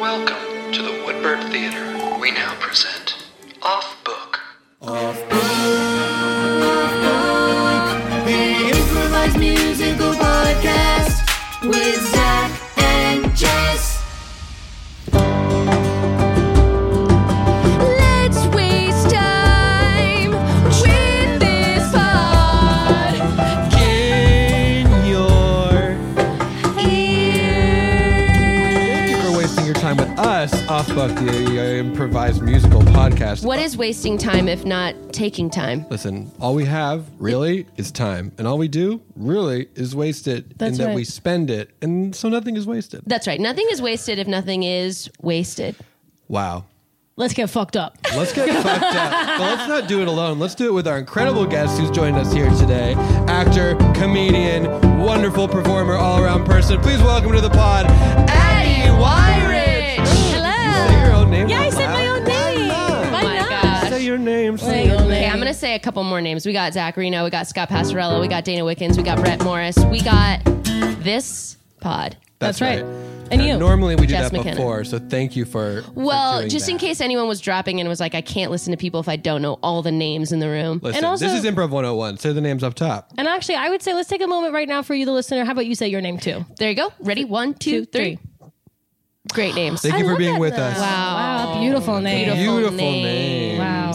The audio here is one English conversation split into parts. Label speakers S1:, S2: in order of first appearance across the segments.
S1: Welcome to the Woodbird Theater. We now present Off Book.
S2: The improvised musical podcast with Zach and Jess. Let's waste time with this pod.
S3: in your.
S2: Ears.
S3: Thank you for wasting your time with us off of the uh, improvised musical podcast.
S4: What is wasting time if not taking time?
S3: Listen, all we have really is time, and all we do really is waste it,
S4: That's
S3: and that
S4: right.
S3: we spend it, and so nothing is wasted.
S4: That's right. Nothing is wasted if nothing is wasted.
S3: Wow.
S5: Let's get fucked up.
S3: Let's get fucked up. But let's not do it alone. Let's do it with our incredible guest who's joined us here today. Actor, comedian, wonderful performer, all around person. Please welcome to the pod, Addie Wyrich.
S4: Hello.
S3: Say your own name. Yeah,
S5: I said my own name.
S3: Why
S4: Oh
S3: not?
S4: my gosh.
S3: Say your name. Say your
S4: Okay, I'm gonna say a couple more names. We got Zacharino, we got Scott Passarello, we got Dana Wickens, we got Brett Morris, we got this pod.
S5: That's right. And
S3: Now,
S5: you.
S3: Normally we do
S4: Jess
S3: that
S4: McKenna.
S3: before, so thank you for. for
S4: Well,
S3: doing
S4: just in
S3: that.
S4: case anyone was dropping and was like, I can't listen to people if I don't know all the names in the room.
S3: Listen,
S5: and also-
S3: this is Improv 101. Say the names up top.
S5: And actually, I would say let's take a moment right now for you, the listener. How about you say your name too?
S4: There you go. Ready? One, two, three. Great names.
S3: Thank you for
S5: love
S3: being
S5: that
S3: with
S5: though.
S3: us.
S5: Wow, beautiful name.
S3: Beautiful
S4: names.
S3: name.
S5: Wow.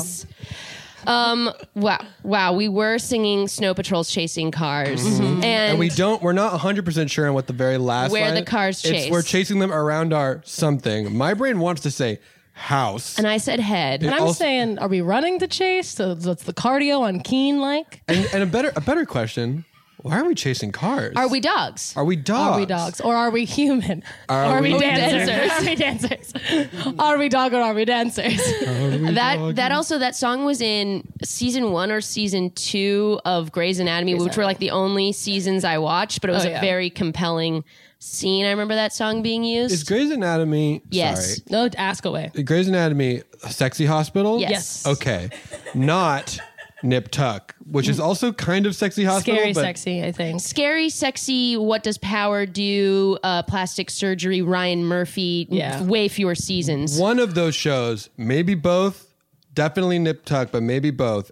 S4: Um. Wow. Wow. We were singing "Snow Patrols Chasing Cars," and,
S3: Mm-hmm. And we don't. We're not 100 percent sure on what the very last
S4: Where
S3: line-
S4: the cars
S3: it's-
S4: chase.
S3: We're chasing them around our something. My brain wants to say house.
S4: and I said head.
S5: And I'm
S3: Also-
S5: saying, are we running to chase? So that's the cardio on Keen like?
S3: and, and a better a better question. Why are we chasing cars?
S4: Are we dogs?
S3: Are we dogs?
S5: Are we dogs or are we human?
S3: Uh,
S5: Are, we,
S3: we
S5: dancers?
S4: dancers?
S5: Are we dancers? are we dog or are we dancers?
S4: that
S3: Oh,
S4: that also that song was in season one or season two of Grey's Anatomy, which were like the only seasons I watched. But it was
S5: Oh,
S4: a
S5: yeah.
S4: very compelling scene. I remember that song being used.
S3: Is Grey's Anatomy?
S4: Yes.
S3: Sorry.
S5: no, ask away.
S3: Grey's Anatomy, a sexy hospital.
S4: Yes.
S5: Yes.
S3: Okay. Not Nip Tuck, which is also kind of sexy hospital.
S5: Scary,
S3: but
S5: sexy, I think.
S4: Scary, sexy. What does power do? Uh, plastic surgery. Ryan Murphy.
S5: Yeah.
S4: Way fewer seasons.
S3: One of those shows, maybe both, definitely Nip Tuck, but maybe both,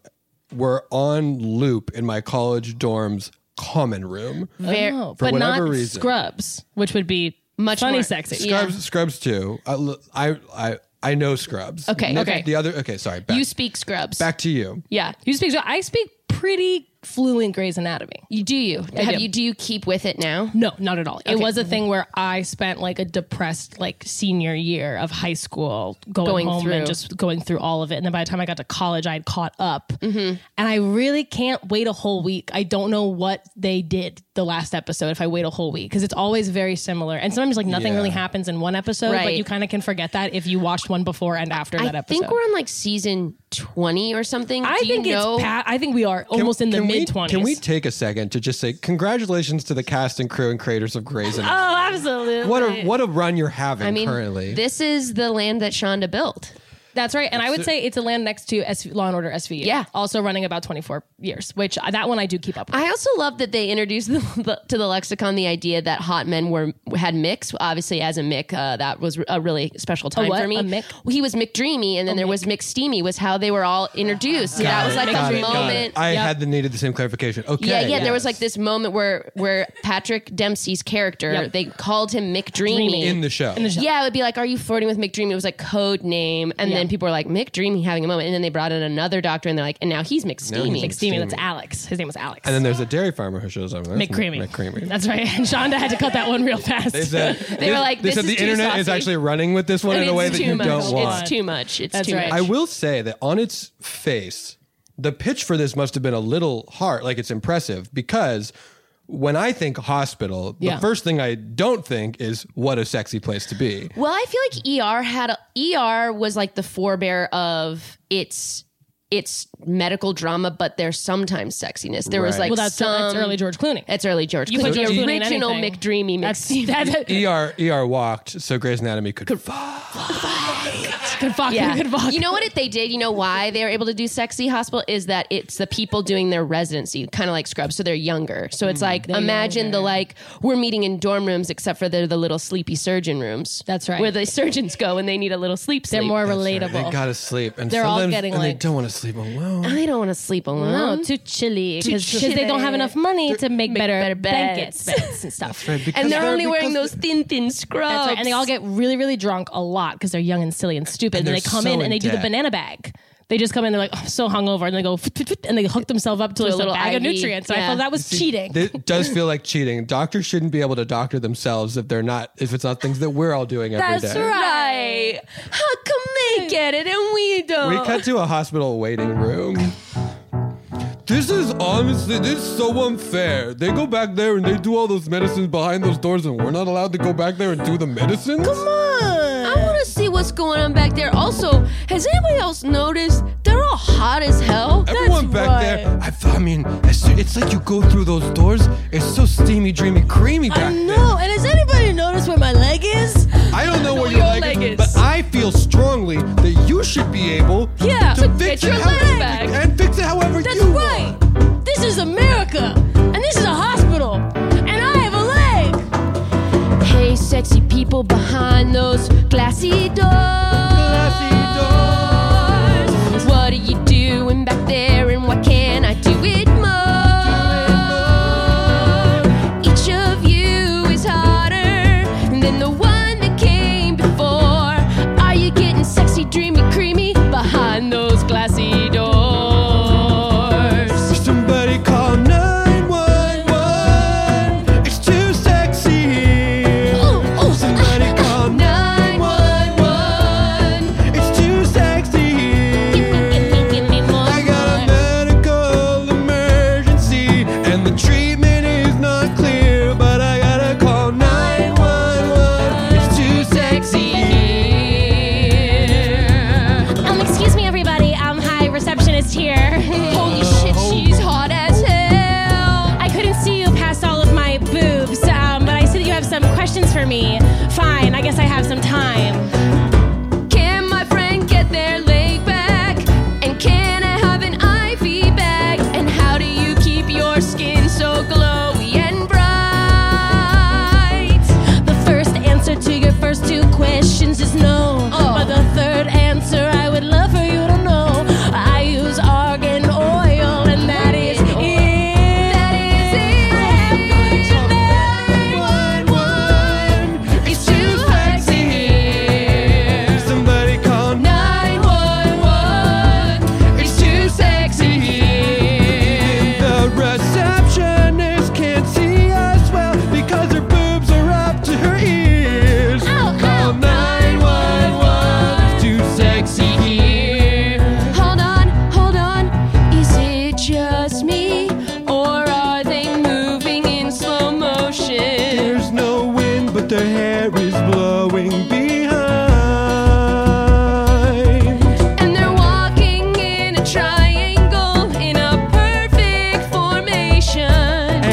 S3: were on loop in my college dorm's common room.
S4: Ver-
S5: Oh,
S3: For
S5: but not
S3: whatever reason.
S5: Scrubs, which would be
S4: Much
S5: funny,
S4: more-
S5: sexy.
S4: Yeah.
S3: Scrubs, Scrubs too. I, l- I, I, I know Scrubs.
S4: Okay,
S3: Nip-
S4: okay.
S3: The other. Okay. Sorry. Back,
S4: You speak Scrubs.
S3: back to you.
S5: Yeah, you speak. I speak pretty fluent Grey's Anatomy.
S4: You do you? Have
S5: do.
S4: you do you keep with it now?
S5: No, not at all. It was a thing where I spent like a depressed like senior year of high school going,
S4: Going
S5: home
S4: through.
S5: and just going through all of it. And then by the time I got to college, I had caught up. And I really can't wait a whole week. I don't know what they did the last episode if I wait a whole week because it's always very similar. And sometimes like nothing
S3: Yeah.
S5: really happens in one episode, but
S4: Right.
S5: you kind of can forget that if you watched one before and after that
S4: I
S5: episode.
S4: think we're on like season twenty or something.
S5: I
S4: do
S5: think
S4: you know?
S5: it's. Pa- I think we are almost in the
S3: Can we-
S5: mid twenties.
S3: Can we take a second to just say congratulations to the cast and crew and creators of Grey's Anatomy?
S5: Oh, absolutely.
S3: what a what a run you're having
S4: I mean,
S3: currently.
S4: this is the land that Shonda built.
S5: That's right. And I would say it's a land next to SV, Law and Order SVU.
S4: Yeah.
S5: Also running about 24 years, which I- that one I do keep up with.
S4: I also love that they introduced the, the, to the lexicon the idea that hot men were had Micks. Obviously, as a Mick, uh, that was a really special time
S5: what?
S4: for me.
S5: A Mick?
S4: He was Mick Dreamy, and then there was Mick Steamy. Was how they were all introduced. that was like
S3: Got
S4: a
S3: it, got it.
S4: moment.
S3: I had the needed the same clarification. Okay.
S4: Yeah, yeah. There was like this moment where where Patrick Dempsey's character
S5: Yep.
S4: they called him Mick Dreamy.
S3: in the show.
S4: yeah, it would be like, "Are you flirting with Mick Dreamy?" It was like code name, and then people were like, "Mick Dreamy having a moment," and then they brought in another doctor, and they're like, "And now he's Mick Steamy."
S5: Like Steamy, that's Alex. His name was Alex.
S3: and then there's a dairy farmer who shows up. That's
S5: McCreamy.
S3: McCreamy.
S5: That's right. And Shonda had to cut that one real fast.
S3: They said they
S4: were like,
S3: they
S4: "This
S3: said
S4: is
S3: the
S4: too
S3: internet is
S4: saucy."
S3: actually running with this one in
S4: it's
S3: a way that
S4: too
S3: you
S4: much.
S3: don't want.
S4: It's too much. It's
S5: That's
S4: too
S5: right.
S4: much.
S3: I will say that on its face, the pitch for this must have been a little hard. Like it's impressive because when I think hospital, the
S5: Yeah.
S3: first thing I don't think is what a sexy place to be.
S4: Well, I feel like ER had a, ER was like the forebear of its its medical drama, but there's sometimes sexiness. There was
S3: Right.
S4: like
S5: well, that's,
S4: some
S5: that's early George Clooney.
S4: That's E early George.
S5: You put
S4: Clooney,
S5: George Clooney
S4: the
S5: in
S4: original
S5: anything.
S4: McDreamy.
S5: That's,
S4: McSteamy.
S5: that,
S3: ER ER walked so Grey's Anatomy could, fuck.
S5: good fuck,
S4: Yeah.
S5: good fuck.
S4: You know what it, they did? You know why they were able to do sexy hospital is that it's the people doing their residency, kind of like Scrubs, so they're younger. So
S5: Mm-hmm.
S4: it's like imagine the like we're meeting in dorm rooms except for they're the little sleepy surgeon rooms.
S5: That's right.
S4: Where the surgeons go and they need a little sleep.
S5: They're
S4: sleep.
S5: more
S3: They
S5: relatable.
S3: gotta sleep, and
S5: They're all
S3: sometimes-
S5: getting
S3: and they
S5: like-
S3: don't want to sleep alone.
S4: I don't want to sleep alone.
S5: No, too chilly because
S4: chilly.
S5: they don't have enough money to make, better,
S4: better beds.
S5: blankets, beds and stuff.
S3: Right, because
S4: and they're only wearing
S3: because
S4: those thin, thin scrubs.
S5: That's right. And they all get really, really drunk a lot because they're young and silly and stupid.
S3: And
S5: And,
S3: they're
S5: they come
S3: so
S5: in and they
S3: in
S5: do the
S3: debt.
S5: banana bag. They just come in, they're like, oh, I'm so hungover. And they go, "Fit, fit, fit," and they hook themselves up to, a little
S4: little
S5: bag of
S4: IV.
S5: nutrients. And I
S4: Yeah.
S5: felt that was cheating.
S3: This does feel like cheating. Doctors shouldn't be able to doctor themselves if they're not if it's not things that we're all doing every day.
S4: right. How come they get it and we don't?
S3: We cut to a hospital waiting room. This is honestly, this is so unfair. They go back there and they do all those medicines behind those doors, and we're not allowed to go back there and do the medicines.
S4: I want to see what's going on back there. Also, has anybody else noticed they're all hot as hell?
S3: Everyone back there, I, f- I mean, as soo- it's like you go through those doors. It's so steamy, dreamy, creamy back there.
S4: and has anybody noticed where my leg is?
S3: I don't know where
S4: Your
S3: your leg,
S4: leg
S3: is,
S4: is.
S3: but I feel strongly that you should be able
S4: Yeah,
S3: to
S4: to
S3: fix
S4: get your
S3: it how-
S4: leg back.
S3: and fix it however
S4: That's
S3: you
S4: right.
S3: want.
S4: This is America, and this is a hospital, and I have a leg. Hey, sexy people behind those glassy doors. What are you doing back there, and why can't I do it more? Each of you is hotter than the one that came before. Are you getting sexy, dreamy, creamy behind those glassy doors?
S3: Somebody call 911. It's too sexy here. Somebody call 911. It's too sexy here. I got a medical emergency and the treatment is not clear, but I gotta call 911. It's too sexy here.
S5: Um, excuse me, everybody. Um, hi, receptionist here.
S4: Holy shit, she's hot as hell.
S5: I couldn't see you past all of my boobs, um, but I see that you have some questions for me. Fine, I guess I have some time.
S4: Can my friend get their leg back? And can I have an IV bag? And how do you keep your skin so glowy and bright?
S5: The first answer to your first two questions is no.
S4: Oh.
S5: But the third answer I would love for you to know. I use argan oil, and that is
S4: Argan oil.
S5: it.
S4: It's too sexy here.
S3: Somebody call
S4: 911. It's too sexy here.
S3: The receptionist can't see us well because her boobs are up to her ears.
S4: Ow,
S3: Call
S4: ow.
S3: 911. It's too sexy here.
S4: Hold on, hold on. Is it just me? Or are they moving in slow motion?
S3: There's no wind, but their hair is blowing behind.
S4: And they're walking in a triangle in a perfect formation.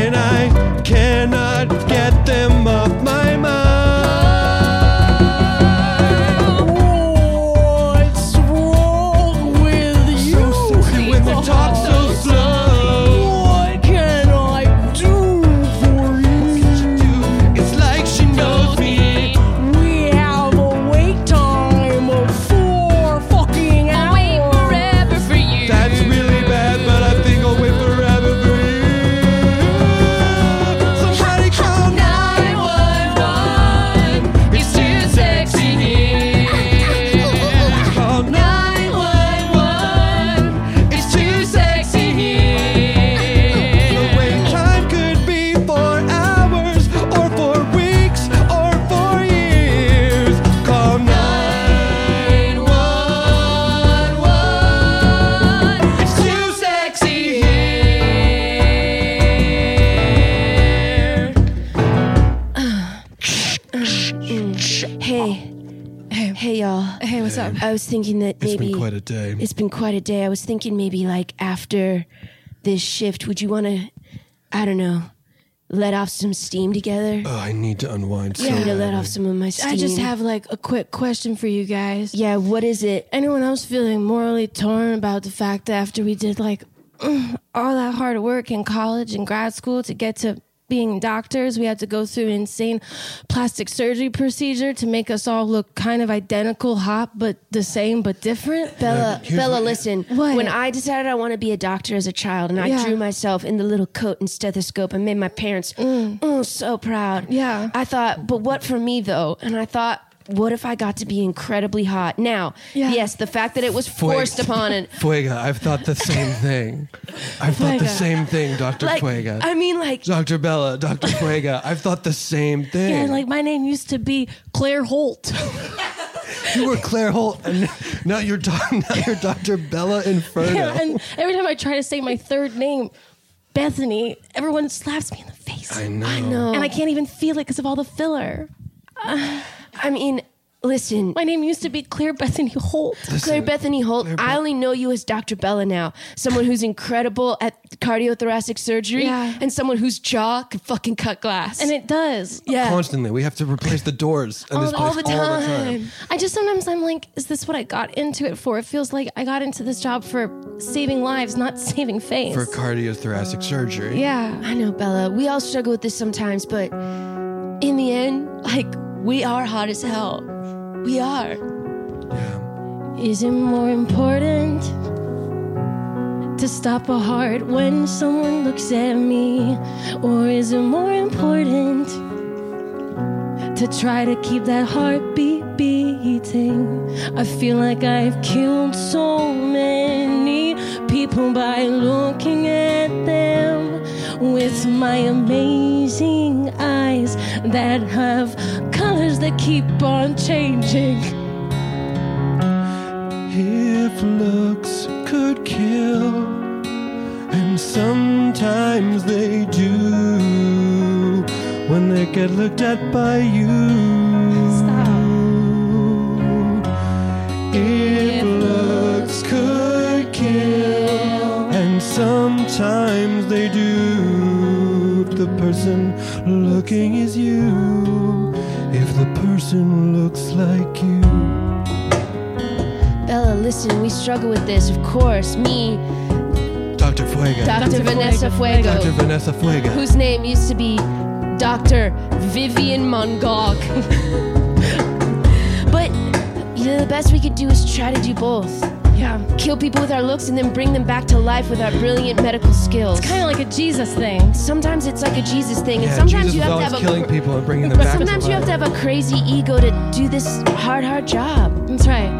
S3: And I cannot get them off my mind. What's wrong?
S4: Hey. Hey y'all.
S5: Hey, what's up?
S4: I was thinking that
S3: It's
S4: maybe
S3: been quite a day.
S4: it's been quite a day. I was thinking maybe like after this shift, would you want to, I don't know, let off some steam together?
S3: oh, I need to unwind. so
S4: I need to let
S3: badly.
S4: off some of my steam.
S5: I just have like a quick question for you guys.
S4: Yeah, what is it?
S5: Anyone else feeling morally torn about the fact that after we did like all that hard work in college and grad school to get to being doctors, we had to go through an insane plastic surgery procedure to make us all look kind of identical, hot but the same but different?
S4: Bella,
S3: here's
S4: Bella,
S3: what-
S4: listen.
S5: What?
S4: When I decided I want to be a doctor as a child, and I
S5: Yeah.
S4: drew myself in the little coat and stethoscope, and made my parents mm, so proud.
S5: Yeah.
S4: I thought, but what for me though? And I thought. What if I got to be incredibly hot? Now,
S5: Yeah.
S4: yes, the fact that it was forced
S3: Fuego.
S4: upon and
S3: Fuega, I've thought the same thing. I've thought the
S5: Fuega.
S3: same thing, Dr.
S4: like,
S3: Fuega.
S4: I mean, like,
S3: Dr. Bella, Dr. Fuega, I've thought the same thing.
S6: Yeah, like my name used to be Claire Holt.
S3: you were Claire Holt, and now you're, doc- now you're Dr. Bella Inferno.
S6: Yeah, and every time I try to say my third name, Bethany, everyone slaps me in the face.
S3: I know.
S6: And I can't even feel it because of all the filler.
S4: I mean, listen,
S6: My name used to be Claire Bethany Holt.
S4: Claire Bethany Holt, I only know you as Dr. Bella now. Someone who's incredible at cardiothoracic surgery
S5: Yeah.
S4: and someone whose jaw can fucking cut glass.
S6: And it does.
S4: yeah.
S3: Constantly, we have to replace the doors in this place
S5: all the
S3: all the time.
S5: I just sometimes I'm like, is this what I got into it for? It feels like I got into this job for saving lives, not saving face.
S3: For cardiothoracic surgery.
S5: yeah.
S4: I know, Bella. We all struggle with this sometimes, but in the end, like, we are hot as hell. We are.
S5: Is it more important to stop a heart when someone looks at me? Or is it more important to try to keep that heartbeat beating? I feel like I've killed so many people by looking at them with my amazing eyes that have colors that keep on changing.
S3: If looks could kill, and sometimes they do, when they get looked at by you. If looks could kill, and sometimes they do. If the person looking is you, if the person looks like you.
S4: Bella, listen, we struggle with this, of course. Me,
S3: Dr. Fuega.
S4: Dr. Vanessa Fuego,
S3: Dr. Vanessa Fuega.
S4: whose name used to be Dr. Vivian Mongok. but you know, the best we could do is try to do both.
S6: Yeah.
S4: Kill people with our looks and then bring them back to life with our brilliant medical skills.
S6: Kind of like a Jesus thing.
S4: sometimes it's like a Jesus thing, and
S3: yeah,
S4: sometimes
S3: Jesus
S4: you
S3: was
S4: have to
S3: always
S4: have a
S3: killing people and bringing them
S4: but
S3: back
S4: sometimes
S3: to
S4: you have
S3: life.
S4: to have a crazy ego to do this hard, hard job.
S5: That's right.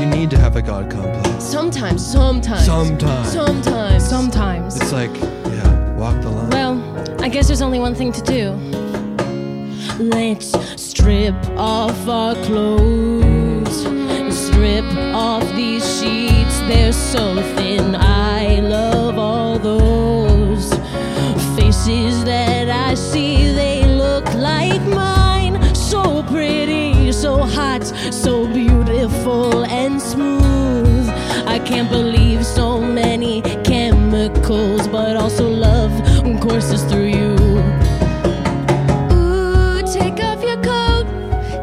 S3: You need to have a God complex.
S4: Sometimes, sometimes,
S3: Sometimes.
S4: sometimes,
S6: Sometimes.
S3: it's like, yeah, walk the line.
S5: Well, I guess there's only one thing to do. Let's strip off our clothes. Strip off these sheets. They're so thin. I love all those faces that I see. They look like mine. So pretty, so hot, so beautiful and smooth. I can't believe so many chemicals, but also love courses through you. Ooh, take off your coat,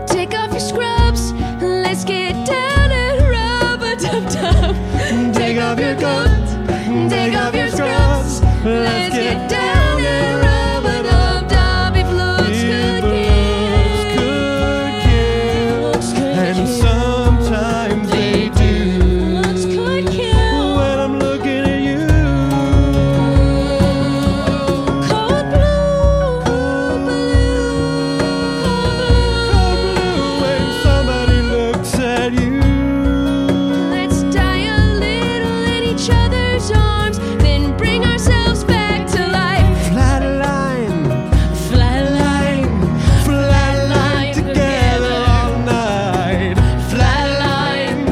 S5: take off your scrubs. Let's get down and rub a dub dub. Take off your coat, take off your scrubs. Let's get down and rub a dub dub. If looks good,
S3: Looks could kill,
S5: Looks could
S3: and
S5: kill.
S3: sometimes they do.
S5: Looks could kill.
S3: When I'm looking at you,
S5: Code blue, code blue, code blue.
S3: when somebody looks at you,
S5: Let's die a little in each other's arms, then bring ourselves back to life.
S3: flatline,
S5: Fly
S3: flatline, flatline together all night. Flatline.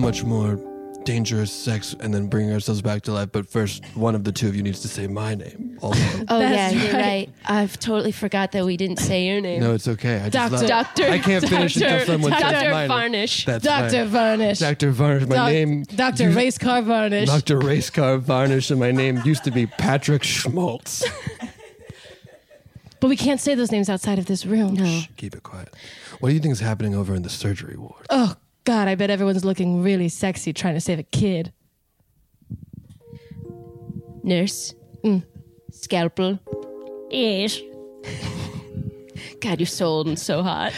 S3: much more dangerous sex and then bringing ourselves back to life. But first, one of the two of you needs to say my name. Also.
S4: Oh yeah, you're right. I've totally forgot that we didn't say your name.
S3: No, it's okay. I just
S5: Doctor-
S3: love,
S4: Doctor.
S3: I can't finish until
S4: Doctor-
S3: someone says
S4: Doctor
S3: my name.
S4: Varnish.
S3: That's
S5: Dr.
S3: fine.
S5: Varnish.
S3: Dr. Varnish. My
S5: Doc-
S3: name.
S5: Dr. Race Car Varnish.
S3: Dr. Racecar Varnish, and my name used to be Patrick Schmaltz.
S5: But we can't say those names outside of this room. No.
S3: Keep it quiet. What do you think is happening over in the surgery ward?
S5: Oh, God, I bet everyone's looking really sexy trying to save a kid.
S4: Nurse. Mm. Scalpel.
S7: Yes.
S4: God, you're so old and so hot.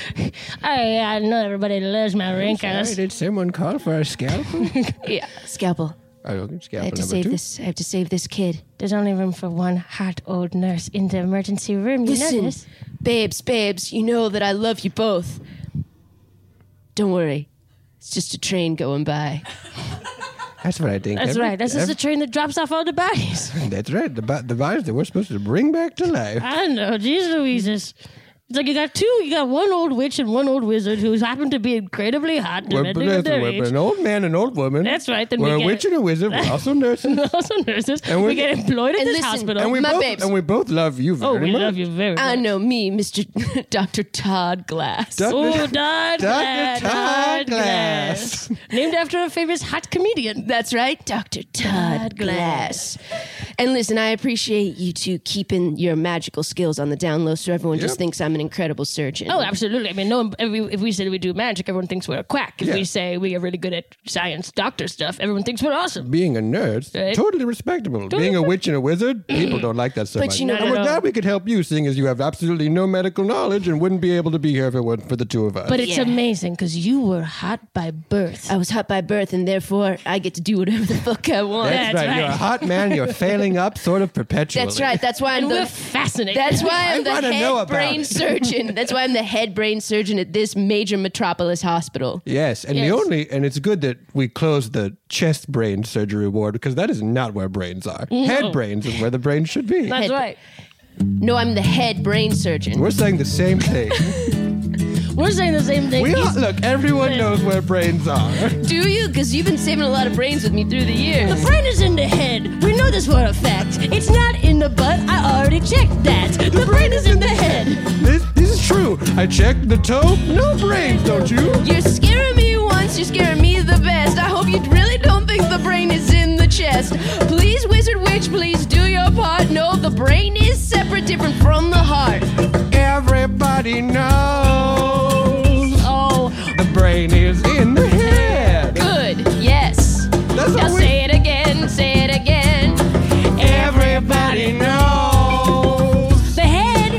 S7: I, I know everybody loves my wrinkles.
S3: did someone call for a scalpel?
S4: Yeah. Scalpel.
S3: I don't
S4: I have
S3: scalpel
S4: to
S3: number
S4: save
S3: two.
S4: this. I have to save this kid.
S7: There's only room for one hot old nurse in the emergency room. You know
S4: Listen,
S7: this?
S4: babes, babes, you know that I love you both. Don't worry. It's just a train going by.
S3: That's what I think.
S7: That's right. This is the train that drops off all the bodies.
S3: That's right. The, the virus that we're supposed to bring back to life.
S7: I know. Jeez Louises. It's like you got two, you got one old witch and one old wizard who's happened to be incredibly hot and
S3: We're,
S7: depending on their
S3: we're- we're
S7: age.
S3: an old man and old woman.
S7: That's right. Then
S3: We're
S7: we
S3: a
S7: get
S3: witch and a wizard. We're also nurses.
S7: also nurses.
S3: And
S7: we
S3: we-
S7: get employed at
S4: And
S7: this
S4: listen,
S7: hospital.
S3: And we,
S4: My
S3: both,
S4: babes.
S3: and we both love you very
S7: oh, we
S3: much.
S7: love you very much.
S4: I know me, Mr. Dr. Todd Glass.
S7: Oh,
S3: Dr.
S7: Todd Glass.
S3: Todd
S7: Todd Glass. Named after a famous hot comedian.
S4: That's right, Dr. Todd, Glass. And listen, I appreciate you two keeping your magical skills on the down low so everyone just
S3: Yep.
S4: thinks I'm an incredible surgeon.
S7: Oh, absolutely. I mean, no. If we, if we say we do magic, everyone thinks we're a quack. If
S3: Yeah.
S7: we say we are really good at science, doctor stuff, everyone thinks we're awesome.
S3: Being a nerd,
S7: Right.
S3: totally respectable. Being a witch and a wizard, people don't like that so
S4: But
S3: much.
S4: you know-
S3: and
S7: Not
S3: we're
S7: at all.
S3: glad we could help you, seeing as you have absolutely no medical knowledge and wouldn't be able to be here if it weren't for the two of us.
S7: But it's amazing because you were hot by birth.
S4: I was hot by birth, and therefore I get to do whatever the fuck I want.
S3: that's, right. You're a hot man. You're failing up, sort of perpetually.
S4: That's right. That's why I'm
S7: and we're
S4: the.
S7: fascinated.
S4: That's why I'm the
S3: wanna know
S4: head
S3: about
S4: brain
S3: it.
S4: surgeon. That's why I'm the head brain surgeon at this major metropolis hospital.
S3: Yes, and the
S7: Yes.
S3: only and it's good that we closed the chest brain surgery ward because that is not where brains are. Head brains is where the brain should be.
S7: That's
S4: head-
S7: right.
S4: No, I'm the head brain surgeon.
S3: We're saying the same thing.
S7: We're saying the same thing.
S3: We
S7: He's-
S3: all, look, everyone knows where brains are.
S4: Do you? Because you've been saving a lot of brains with me through the years.
S7: The brain is in the head. We know this for a fact. It's not in the butt. I already checked that. The brain is in the head.
S3: This, this is true. I checked the toe. No brains, don't you?
S4: You're scaring me once, you're scaring me the best. I hope you really don't think the brain is in the chest. Please, Wizard Witch, please do your part. No, the brain is separate, different from the heart.
S3: Everybody knows.
S4: Oh,
S3: The brain is in the head.
S4: good, yes.
S3: That's
S4: Now
S3: what
S4: say
S3: we.
S4: it again, say it again.
S3: Everybody knows
S7: The head,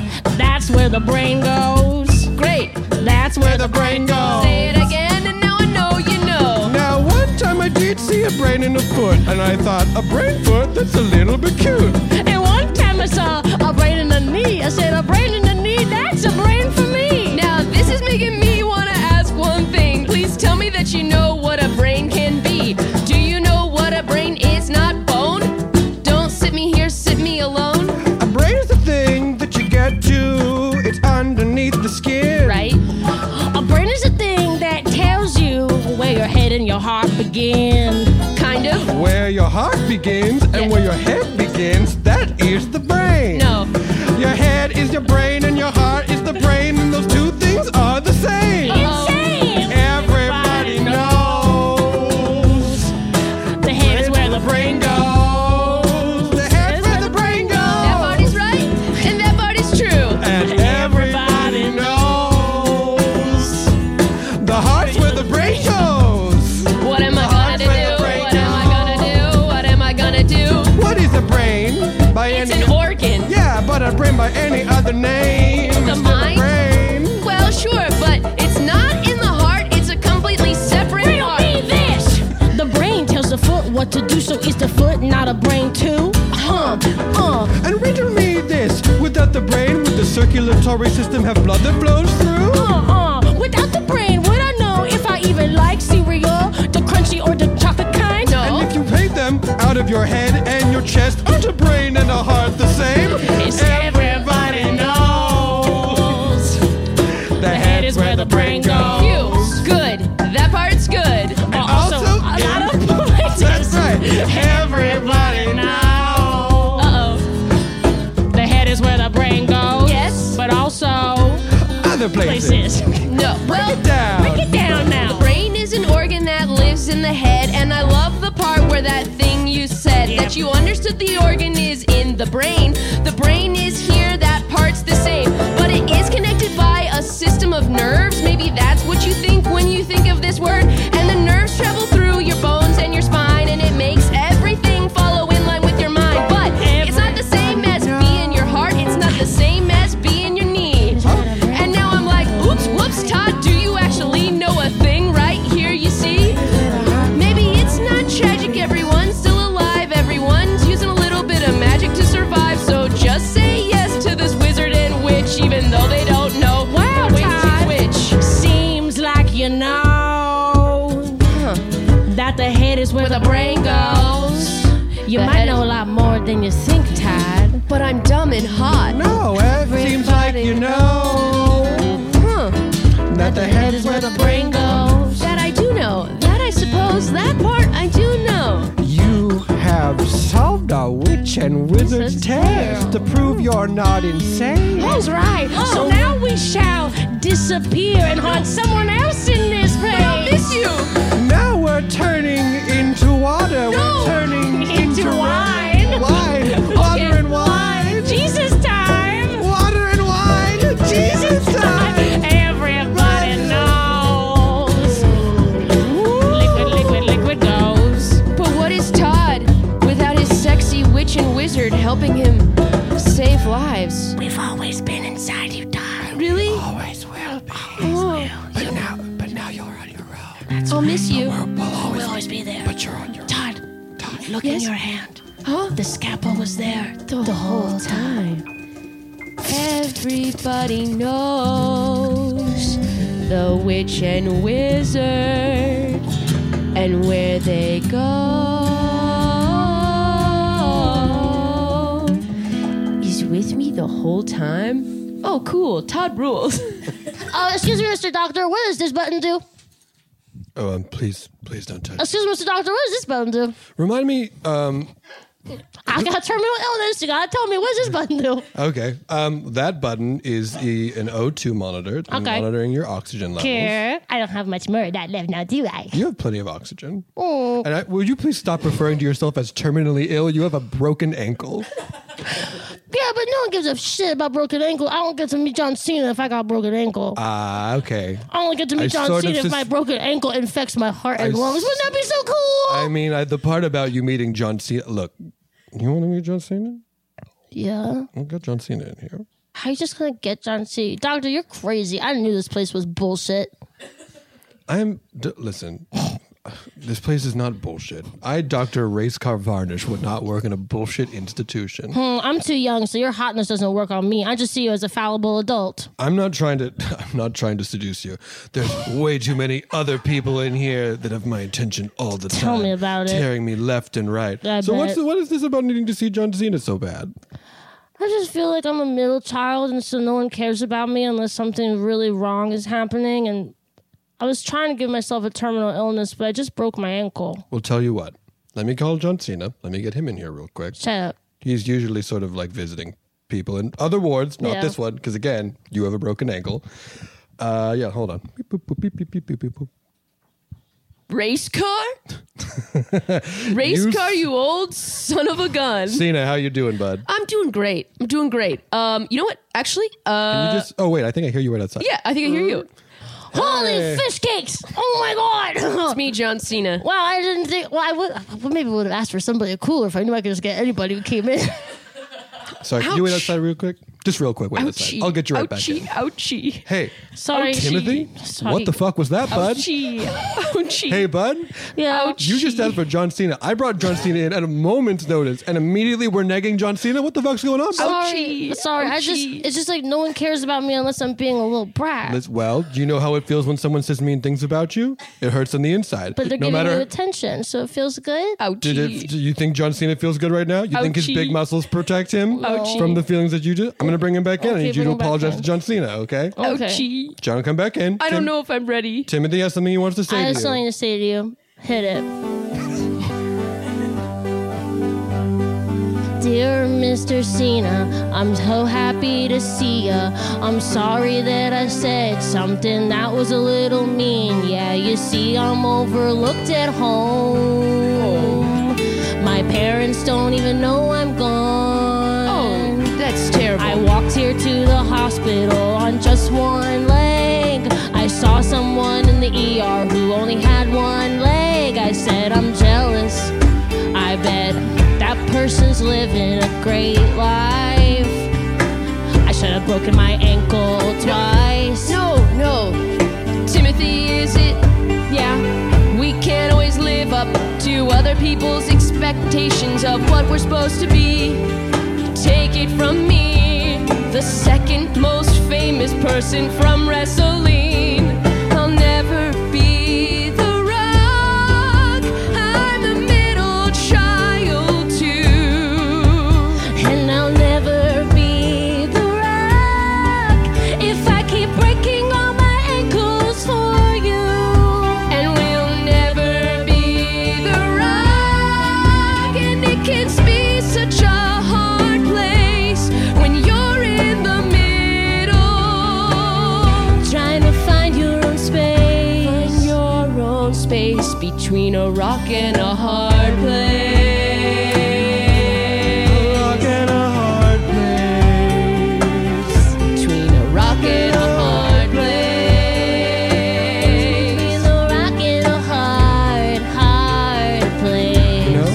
S7: that's where the brain goes.
S4: Great,
S7: That's where the
S3: brain goes.
S4: say it again, and now I know you know.
S3: Now, one time I did see a brain in a foot, and I thought, a brain foot? That's a little bit cute.
S7: And one time I saw a brain in the knee. I said, a brain in the knee, that's a brain for me.
S4: Now, this is making me want to ask one thing. Please tell me that you know what a brain can be. Do you know what a brain is, not bone? Don't sit me here, sit me alone.
S3: A brain is the thing that you get to, it's underneath the skin.
S4: Right?
S7: A brain is a thing that tells you where your head and your heart begin.
S4: Kind of?
S3: Where your heart begins and
S4: Yeah.
S3: where your head begins, that is the brain.
S4: No.
S3: Your head is your brain, and your heart is the brain, and those two things are the same.
S7: Insane.
S3: Everybody knows.
S7: The head is where the brain
S3: goes. The head's where the brain goes.
S4: That body's right, and that body's true.
S3: And everybody knows the heart's where the brain goes.
S4: What am I gonna do? What am I gonna do? What am I gonna do?
S3: What is a brain by
S4: It's
S3: any?
S4: an organ.
S3: yeah, but a brain by any other name.
S4: The
S3: It's
S4: mind?
S3: The brain.
S4: Well, sure, but it's not in the heart, it's a completely separate part.
S7: this. The brain tells the foot what to do, so is the foot not a brain too? Huh, uh,
S3: And riddle me this: without the brain, would the circulatory system have blood that flows through?
S7: uh, uh. Without the brain, would I know if I even like cereal, the crunchy or the chocolate kind?
S4: No.
S3: And if you paint them out of your head and your chest, aren't a brain and a heart the same?
S7: It's everybody
S3: knows. The head
S7: is where the brain goes.
S4: You. Good. That part's good.
S7: And
S3: Also,
S8: Everybody now.
S9: Uh-oh.
S8: The head is where the brain goes.
S4: Yes.
S8: But also
S3: Other places.
S8: places.
S4: No. Well,
S3: Down.
S8: Break it down now.
S4: brain is an organ that lives in the head, and I love the part where that thing you said that you understood the organ is in the brain. The brain is here, that part's the same, but it is connected by a system of nerves. Maybe that's what you think when you think of this word. And the nerves travel through your bones and your spine, and it makes everything follow in line with your mind. But it's not the same as being your heart. It's not the same as being your knee. And now I'm like, oops, whoops, Todd, do you actually know a thing right here, you see? Maybe it's not tragic, everyone. Still alive, everyone's using a little bit of magic to survive. So just say yes to this wizard and witch, even though they don't know. Wow, which is which.
S8: Seems like you know that the head is where,
S4: Where
S8: the,
S4: the brain goes.
S8: You
S4: the
S8: might
S4: head
S8: know
S4: is-
S8: a lot more than you think, Todd.
S4: But I'm dumb and hot.
S3: No, it seems like you know
S4: Huh.
S3: that the head is where the
S8: Brain goes.
S4: That I do know. That I suppose. That part I do know.
S3: You have solved a witch and wizard's test to prove you're not insane.
S8: That's right.
S4: Oh.
S8: so now we shall disappear and haunt someone else in this place.
S4: Miss you.
S3: Now we're turning into water. We're turning into,
S8: Into wine.
S3: Wine. Water and wine.
S8: Jesus time.
S3: Water and wine. Jesus time.
S8: Everybody knows. Liquid, liquid, liquid goes.
S4: But what is Todd without his sexy witch and wizard helping him save lives?
S8: We've always been inside you, Todd.
S4: Really?
S3: Always will be.
S4: Oh,
S3: But now, but now you're on your own.
S4: I'll miss you.
S3: We'll always,
S8: Always be there.
S3: but you're on your own.
S8: Todd, look in your hand.
S4: Huh?
S8: The scalpel was there the, whole time.
S4: Everybody knows the witch and wizard and where they go. He's with me the whole time. Oh, cool. Todd rules.
S5: Uh, excuse me, Mr. Doctor, what does this button do?
S3: Oh, um, please, please don't touch.
S5: Excuse me, Mr. Doctor, what does this button do?
S3: Remind me, um,
S5: I got terminal illness. You gotta tell me, what does this button do?
S3: okay, um, that button is the, an O2 monitor, It's
S5: Okay.
S3: monitoring your oxygen levels.
S5: Here. I don't have much more of that left now, do I?
S3: You have plenty of oxygen. And I, would you please stop referring to yourself as terminally ill? You have a broken ankle.
S5: Yeah, but no one gives a shit about broken ankle. I don't get to meet John Cena if I got broken ankle.
S3: Ah, okay.
S5: I only get to meet
S3: I
S5: John
S3: sort of
S5: Cena if
S3: sus-
S5: my broken ankle infects my heart and
S3: I
S5: lungs.
S3: s-
S5: Wouldn't that be so cool?
S3: I mean, I, the part about you meeting John Cena. Look, you want to meet John Cena?
S5: yeah.
S3: I've got John Cena in here.
S5: How you just gonna get John Cena? Doctor, you're crazy. I knew this place was bullshit.
S3: I'm. D- listen, this place is not bullshit. I, Dr. Race Car Varnish, would not work in a bullshit institution.
S5: Mm, I'm too young, so your hotness doesn't work on me. I just see you as a fallible adult.
S3: I'm not trying to. I'm not trying to seduce you. There's way too many other people in here that have my attention all the time.
S5: Tell me about it.
S3: Tearing me left and right.
S5: I
S3: so what's
S5: bet.
S3: the, what is this about needing to see John Cena so bad?
S5: I just feel like I'm a middle child, and so no one cares about me unless something really wrong is happening. And I was trying to give myself a terminal illness, but I just broke my ankle.
S3: Well, tell you what. Let me call John Cena. Let me get him in here real quick.
S5: Shut up.
S3: He's usually sort of like visiting people in other wards, not
S5: Yeah.
S3: this one, because again, you have a broken ankle. Uh, yeah, hold on. Beep, boop, boop, beep, beep, beep, beep, beep, boop.
S4: Race car? Race
S3: You-
S4: car, you old son of a gun.
S3: Cena, how you doing, bud?
S4: I'm doing great. I'm doing great. Um, you know what? Actually, uh,
S3: you just. Oh wait, I think I hear you right outside.
S4: yeah, I think I hear you.
S5: Holy fish cakes! Oh my god!
S4: It's me, John Cena.
S5: Well, I didn't think. Well, I would. Well, maybe would have asked for somebody cooler if I knew I could just get anybody who came in.
S3: Sorry, can you wait
S4: Ouch.
S3: outside real quick? Just real quick, wait
S4: Ouchie.
S3: outside. I'll get you right
S4: ouchie,
S3: back in.
S4: Ouchie.
S3: Hey,
S5: Sorry,
S3: Oh, Timothy,
S5: Sorry.
S3: what the fuck was that, bud?
S4: Ouchie. Ouchie.
S3: Hey, bud,
S5: Yeah.
S3: you just asked for John Cena. I brought John Cena in at a moment's notice, and immediately we're negging John Cena. What the fuck's going on? bud?
S5: Sorry,
S4: Ouchie.
S5: sorry. I just
S4: Ouchie.
S5: it's just like no one cares about me unless I'm being a little brat.
S3: Liz- Well, do you know how it feels when someone says mean things about you? It hurts on the inside.
S5: but they're
S3: no
S5: giving you
S3: matter.
S5: attention, so it feels good.
S4: Ouchie.
S3: Did it, do you think John Cena feels good right now? You think his
S4: Ouchie.
S3: big muscles protect him from the feelings that you do? I'm going to bring him back in. I
S5: Okay,
S3: need you
S5: bring
S3: to
S5: him back
S3: apologize
S5: in. Oh.
S3: to John Cena, okay?
S4: Ouchie.
S3: John, come back in.
S4: I don't
S3: Tim-
S4: know if I'm ready.
S3: Timothy has something he wants to say
S5: I
S3: to
S5: have
S3: you.
S5: something to say to you. Hit it.
S4: Dear Mr. Cena, I'm so happy to see ya. I'm sorry that I said something that was a little mean. Yeah, you see, I'm overlooked at home. My parents don't even know I'm
S5: Oh,
S4: gone.
S5: that's terrible.
S4: I walked here to the hospital on just one leg. I saw someone in the ER who only had one leg. I said, I'm jealous. I bet that person's living a great life. I should have broken my ankle twice.
S5: no, no. Timothy, is it? Yeah. We can't always live up to other people's expectations of what we're supposed to be. Take it from me, the second most famous person from wrestling. I'll never be the rock. I'm the middle child, too.
S4: And I'll never be the rock if I keep breaking all my ankles for you.
S5: And we'll never be the rock. And it can be such a hard place when you're in the middle.
S4: Trying to find your own space.
S5: Find your own space between a rock and a hard
S3: Rock
S5: place.
S3: in a hard place.
S5: Between a rock and a hard place.
S4: Between the rock and a hard, hard place.
S3: No.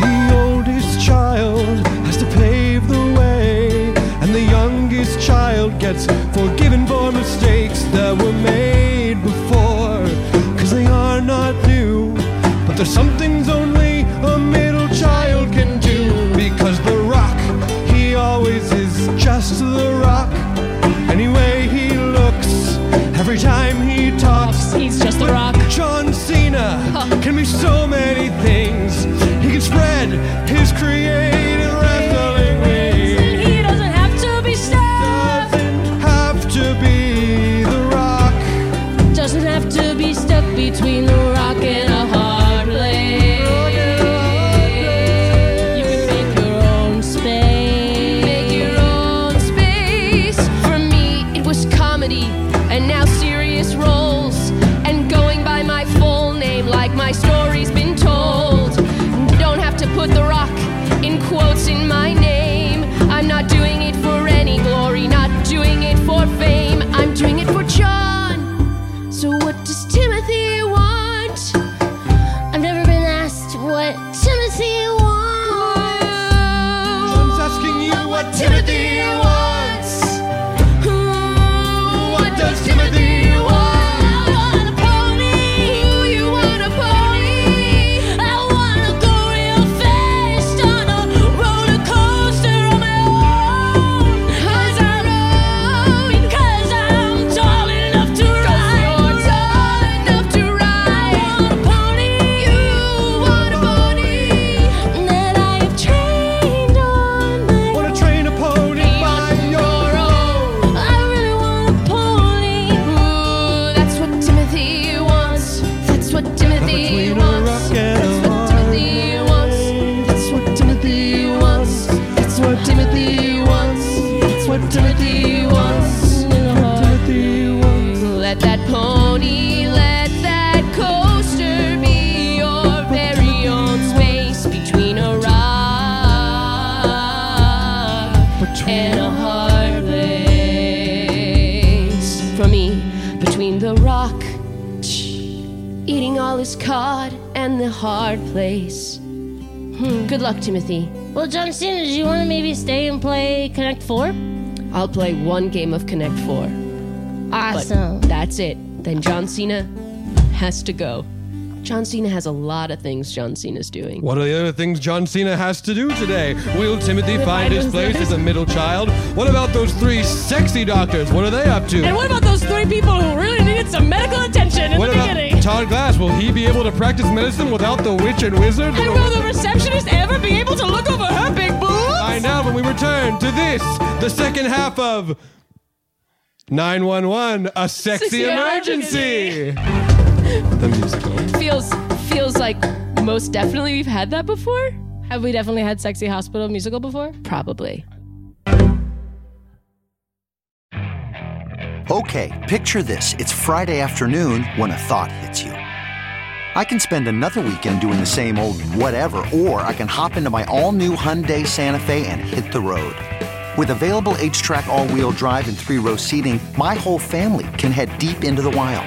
S3: The oldest child has to pave the way, and the youngest child gets forgiven for mistakes that were made before. Cause they are not new, but there's some things only a middle child can do. Because the rock, he always is just the rock. Anyway, he looks, every time he talks,
S10: He's just the rock.
S3: John Cena can be so many things. He can spread his creative wrestling wings.
S4: He doesn't have to be stuck.
S3: Doesn't have to be the rock.
S4: Doesn't have to be stuck between the rock and a hard place. You can make your own space.
S5: Make your own space. For me, it was comedy, and now serious roles. And going by my full name, like my story's been told. Don't have to put the rock in quotes in my name. I'm not doing it for any glory, not doing it for fame. I'm doing it for John. So, what does Timothy want?
S4: I've never been asked what Timothy wants.
S3: John's asking you what Timothy wants. What does Timothy want? Wanna train a pony by your
S5: Oh,
S3: own.
S4: I really want a pony.
S5: Ooh, Mm, that's what Timothy wants. That's what Timothy
S3: Between a
S5: wants.
S3: rock and
S5: That's
S3: a
S5: what Timothy
S3: hard
S5: wants.
S3: place.
S5: That's what Timothy wants. That's what Timothy wants. That's what Timothy wants. Let that pony, let that coaster be your very own space between a rock and a hard place. For me, between the rock, eating all his cod, and the hard place. Hmm, Good luck, Timothy.
S4: Well, John Cena, do you want to maybe stay and play Connect Four?
S5: I'll play one game of Connect Four. But
S4: Awesome.
S5: that's it. Then John Cena has to go. John Cena has a lot of things John Cena's doing.
S3: What are the other things John Cena has to do today? Will Timothy find his place as a middle child? What about those three sexy doctors? What are they up to?
S10: And what about those three people who really needed some medical attention in
S3: What
S10: the
S3: about
S10: beginning?
S3: Todd Glass? Will he be able to practice medicine without the witch and wizard?
S10: and will the receptionist ever be able to look over her big boobs?
S3: I know when we return to this, the second half of 911, a sexy,
S5: Sexy
S3: emergency. the musical.
S5: Feels feels like most definitely we've had that before. Have we definitely had Sexy Hospital musical before?
S4: Probably.
S11: Okay, picture this. It's Friday afternoon when a thought hits you. I can spend another weekend doing the same old whatever, or I can hop into my all new Hyundai Santa Fe and hit the road. With available H track, all wheel drive, and three row seating, my whole family can head deep into the wild.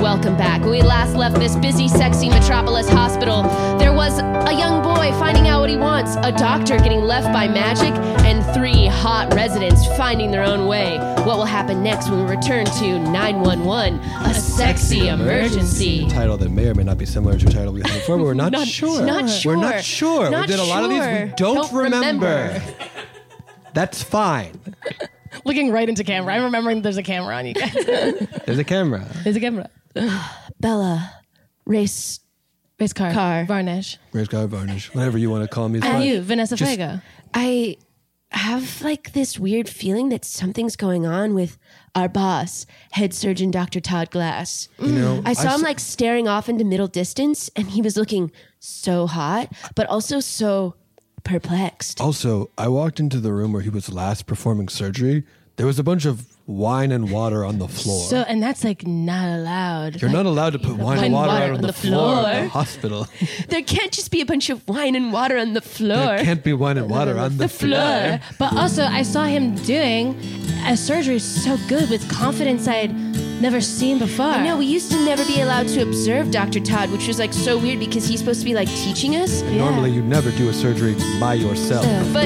S4: Welcome back. When we last left this busy, sexy metropolis hospital, there was a young boy finding out what he wants, a doctor getting left by magic, and three hot residents finding their own way. What will happen next when we return to 911? A sexy emergency.
S3: title that may or may not be similar to a title we had before, but we're not, sure.
S4: not sure.
S3: We're not sure. we
S4: Not
S3: did a lot of these
S4: sure.
S3: we don't,
S4: Don't remember.
S3: That's fine.
S5: Looking right into camera. I'm remembering there's a camera on you guys.
S3: There's a camera.
S5: There's a camera.
S4: Bella, race.
S5: Race car.
S4: Car.
S5: Varnish.
S3: Where's God Varnish? Whatever you want to call me. is
S5: And
S3: fine.
S5: you, Vanessa
S3: Just-
S5: Fuego.
S4: I have like this weird feeling that something's going on with our boss, head surgeon Dr. Todd Glass.
S3: You know,
S4: Mm. I saw him
S3: s-
S4: like staring off into middle distance, and he was looking so hot, but also so perplexed.
S3: Also, I walked into the room where he was last performing surgery. There was a bunch of wine and water on the floor.
S5: So, and that's like not allowed.
S3: You're not allowed to put wine and water, out on, the, floor, of
S4: floor.
S3: the hospital.
S4: There can't just be a bunch of wine and water on the floor.
S3: there can't be wine and water on the,
S5: floor. But also, I saw him doing a surgery so good with confidence I'd never seen before.
S4: I know, we used to never be allowed to observe Dr. Todd, which was like so weird because he's supposed to be like teaching us.
S3: Normally, you never do a surgery by yourself.
S4: But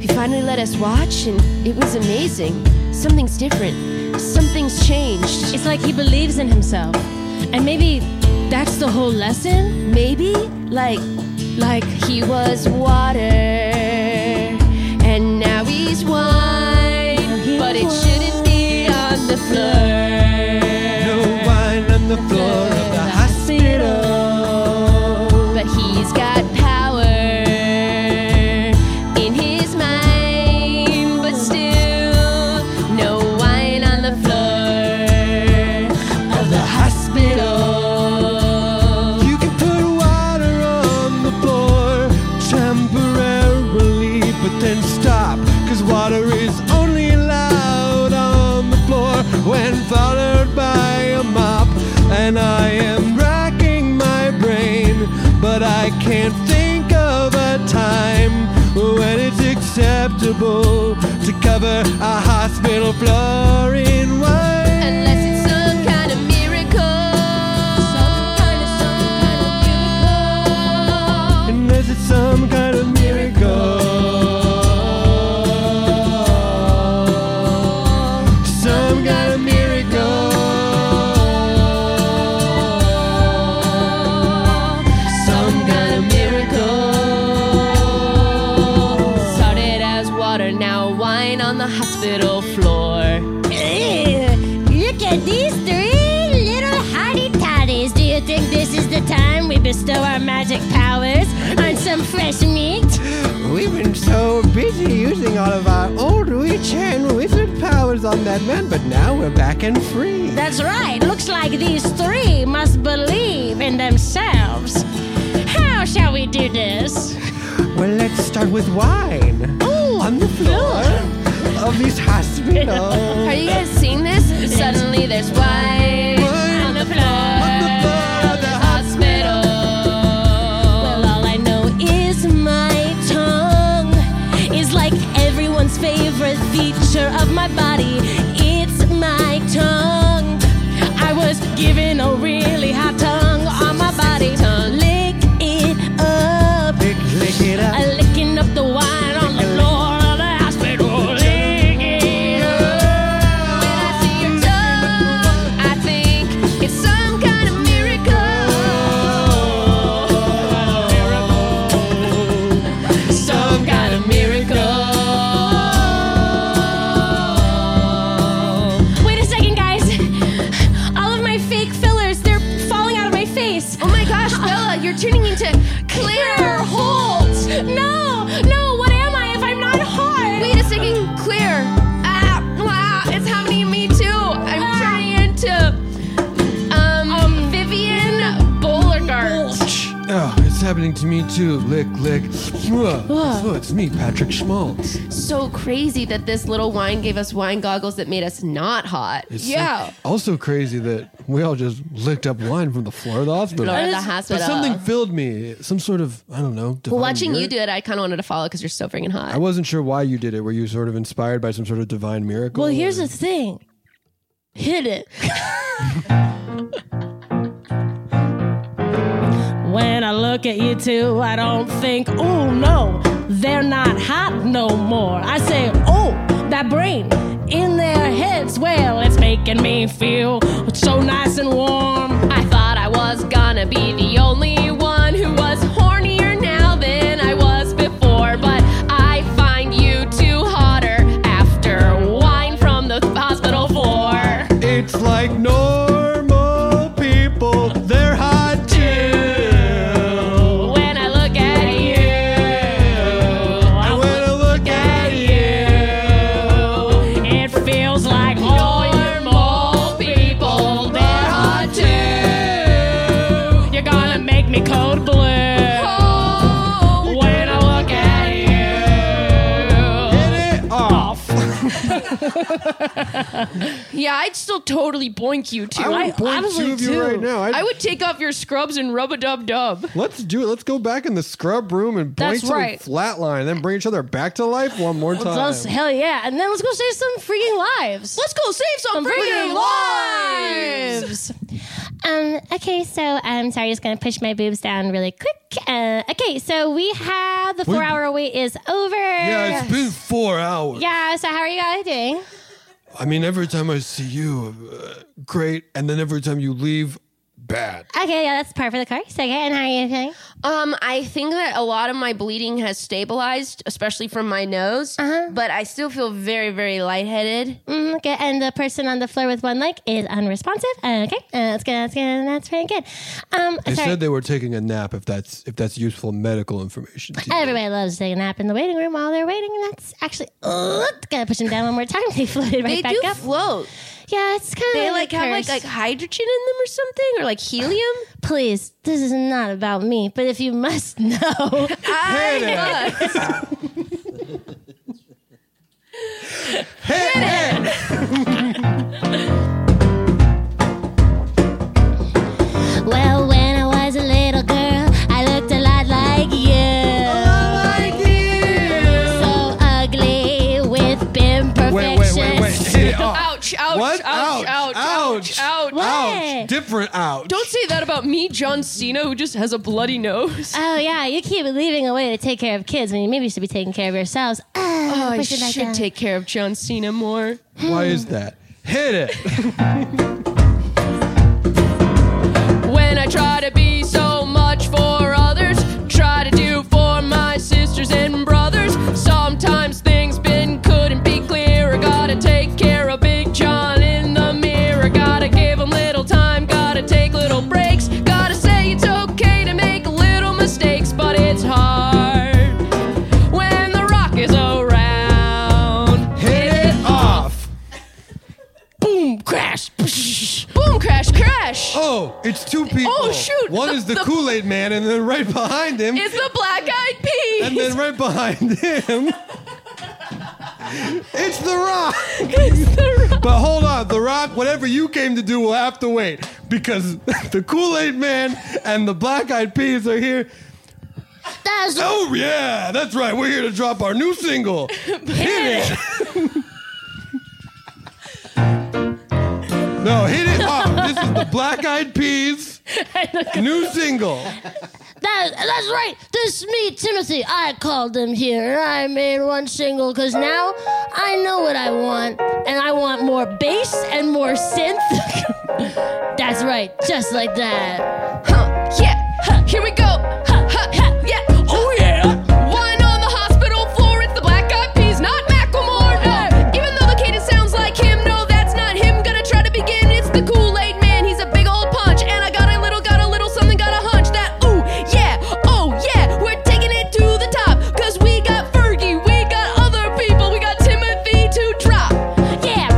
S4: he finally let us watch, and it was amazing. Something's different, something's changed.
S5: It's like he believes in himself. And maybe that's the whole lesson.
S4: Maybe, like, like he was water, and now he's wine, but it shouldn't be on the floor.
S3: No wine on the floor of the hospital.
S4: But he's got power in his mind, but still no wine on the floor of the hospital.
S3: You can put water on the floor temporarily, but then stop. Cause water is only allowed on the floor when followed by a mop. And I am racking my brain, but I can't think of a time when it's acceptable to cover a hospital floor in wine.
S4: Unless it's some kind of miracle.
S3: Unless it's some kind of miracle. Some kind of miracle.
S4: Some kind of miracle. Started as water, now wine on the hospital floor.
S7: Look at these three little hottie toddies. Do you think this is the time we bestow our magic powers on some fresh meat?
S3: We've been so busy using all of our old witch and wizard powers on that man, but now we're back and free.
S7: That's right. Looks like these three must believe in themselves. How shall we do this?
S3: Well, let's start with wine.
S4: Oh,
S3: On the floor of this hospital.
S4: Are you guys seeing this? Suddenly there's wine
S3: On
S4: on the
S3: the
S4: floor.
S3: floor of the hospital.
S7: Well, all I know is my tongue is like everyone's favorite feature of my body. It's my tongue. I was given a really hot tongue on my body. Lick it up.
S3: Lick, lick it up.
S7: I licking up the wine on the floor of the hospital. Lick it up.
S4: When I see your tongue, I think it's some kind of miracle. Some kind of miracle.
S7: Wait a second, guys. All of my fake fillers, they're falling out of my face.
S4: Oh my gosh, Bella, you're turning into Claire Holt.
S7: No, no, what am I if I'm not hard?
S4: Wait a second, Claire. Ah, wow, it's happening to me too. I'm
S7: Ah.
S4: turning into um, Vivian Beauregard.
S3: Oh, it's happening to me too. Lick, lick. Mwah. Oh, it's me, Patrick Schmaltz.
S4: So crazy that this little wine gave us wine goggles that made us not hot.
S3: It's
S4: yeah.
S3: like also crazy that we all just licked up wine from the floor of the hospital.
S4: Floor of the
S3: But
S4: hospital.
S3: something filled me. Some sort of, I don't know. divine
S4: Watching you
S3: miracle.
S4: do it, I kind of wanted to follow because you're so freaking hot.
S3: I wasn't sure why you did it. Were you sort of inspired by some sort of divine miracle?
S5: Well, here's
S3: or-
S5: the thing. Hit it. when I look at you two, I don't think, oh no, they're not hot no more. I say, oh, that brain in their heads, well, it's making me feel so nice and warm.
S4: I thought I was gonna be the only one who was hornier now than I was before, but I find you two hotter after wine from the hospital floor.
S3: It's like normal people. They're hot too.
S4: When I look at you,
S3: And when I look at you,
S5: It feels like
S4: normal people, they're hot too.
S5: You're gonna make me code blue.
S4: Oh, when I look at you.
S3: get it off.
S4: Yeah, I'd still totally boink you too.
S3: I would point two
S5: absolutely
S3: of you
S5: do.
S3: right now. I'd-
S4: I would take off your scrubs and rub a dub dub.
S3: Let's do it. Let's go back in the scrub room and
S4: That's
S3: point to
S4: right.
S3: the flatline, then bring each other back to life one more time.
S5: Let's- hell yeah. And then let's go save some freaking lives.
S4: Let's go save some
S5: freaking
S4: lives.
S12: Um, okay, so I'm sorry, just gonna push my boobs down really quick. Uh, okay, so we have the four hour wait is over.
S3: yeah, it's been four hours.
S12: Yeah, so how are you guys doing?
S3: I mean, every time I see you, uh, great, and then every time you leave, bad.
S12: Okay, yeah, that's par for the course. Okay, and how are you feeling?
S4: Um, I think that a lot of my bleeding has stabilized, especially from my nose. But I still feel very, very lightheaded.
S12: Mm, okay, and the person on the floor with one leg is unresponsive. Uh, okay, uh, that's good. That's good. That's pretty good. Um,
S3: They
S12: sorry.
S3: said they were taking a nap. If that's if that's useful medical information. To you.
S12: Everybody loves to take a nap in the waiting room while they're waiting, and that's actually uh, gonna push them down one more time. They floated right
S4: They
S12: back
S4: do
S12: up.
S4: float.
S12: yeah, it's kind of
S4: They like have like
S12: curse.
S4: like hydrogen in them or something, or like helium.
S12: Please, this is not about me, but if you must know,
S4: I must.
S12: well, when I was a little girl, I looked a lot like you. So ugly with imperfections.
S3: Wait, wait, wait, wait! Hit it off.
S4: Ouch! Ouch!
S3: What?
S4: Ouch! Ouch!
S3: Ouch,
S4: Ouch!
S3: ouch.
S4: Ouch!
S3: Ouch! Different ouch.
S4: Don't say that about me, John Cena, who just has a bloody nose.
S12: Oh yeah, you keep leaving a way to take care of kids when you maybe should be taking care of yourselves.
S4: Oh,
S12: Ah,
S4: I
S12: push it back
S4: should
S12: down.
S4: take care of John Cena more.
S3: Why is that? Hit it.
S4: When I try to be so much for others, try to do for my sisters and brothers. Sometimes things been couldn't be clearer. Gotta take care of Big John in the mirror. Gotta give him little time. Gotta take little breaks. Gotta say it's okay to make little mistakes, but it's hard when the rock is around.
S3: Hit it off.
S4: Boom, crash, boom, crash, crash.
S3: Oh, No, it's two people.
S4: Oh, shoot.
S3: One
S4: The-
S3: is the,
S4: the-
S3: Kool Aid Man, and then right behind him,
S4: It's the black eyed peas.
S3: and then right behind him, it's the Rock.
S4: It's the rock.
S3: But hold on, The Rock, whatever you came to do will have to wait because the Kool Aid Man and the Black Eyed Peas are here.
S5: There's
S3: Oh, yeah, that's right. We're here to drop our new single. Hit it. no, hit it up. This is the Black Eyed Peas new single.
S5: That, that's right. This is me, Timothy. I called them here. I made one single because now I know what I want, and I want more bass and more synth. that's right, just like that.
S4: Huh, yeah, huh, here we go. Huh, huh, huh, yeah. Oh, yeah. One on the hospital floor, it's the black eyed peas, not Macklemore. No. Even though the cadence sounds like him, no, that's not him. Gonna try to begin, it's the Kool Aid man. He's a big old punch. And I got a little, got a little, something, got a hunch that, ooh, yeah, oh, yeah. We're taking it to the top, cause we got Fergie, we got other people, we got Timothy to drop.
S5: Yeah.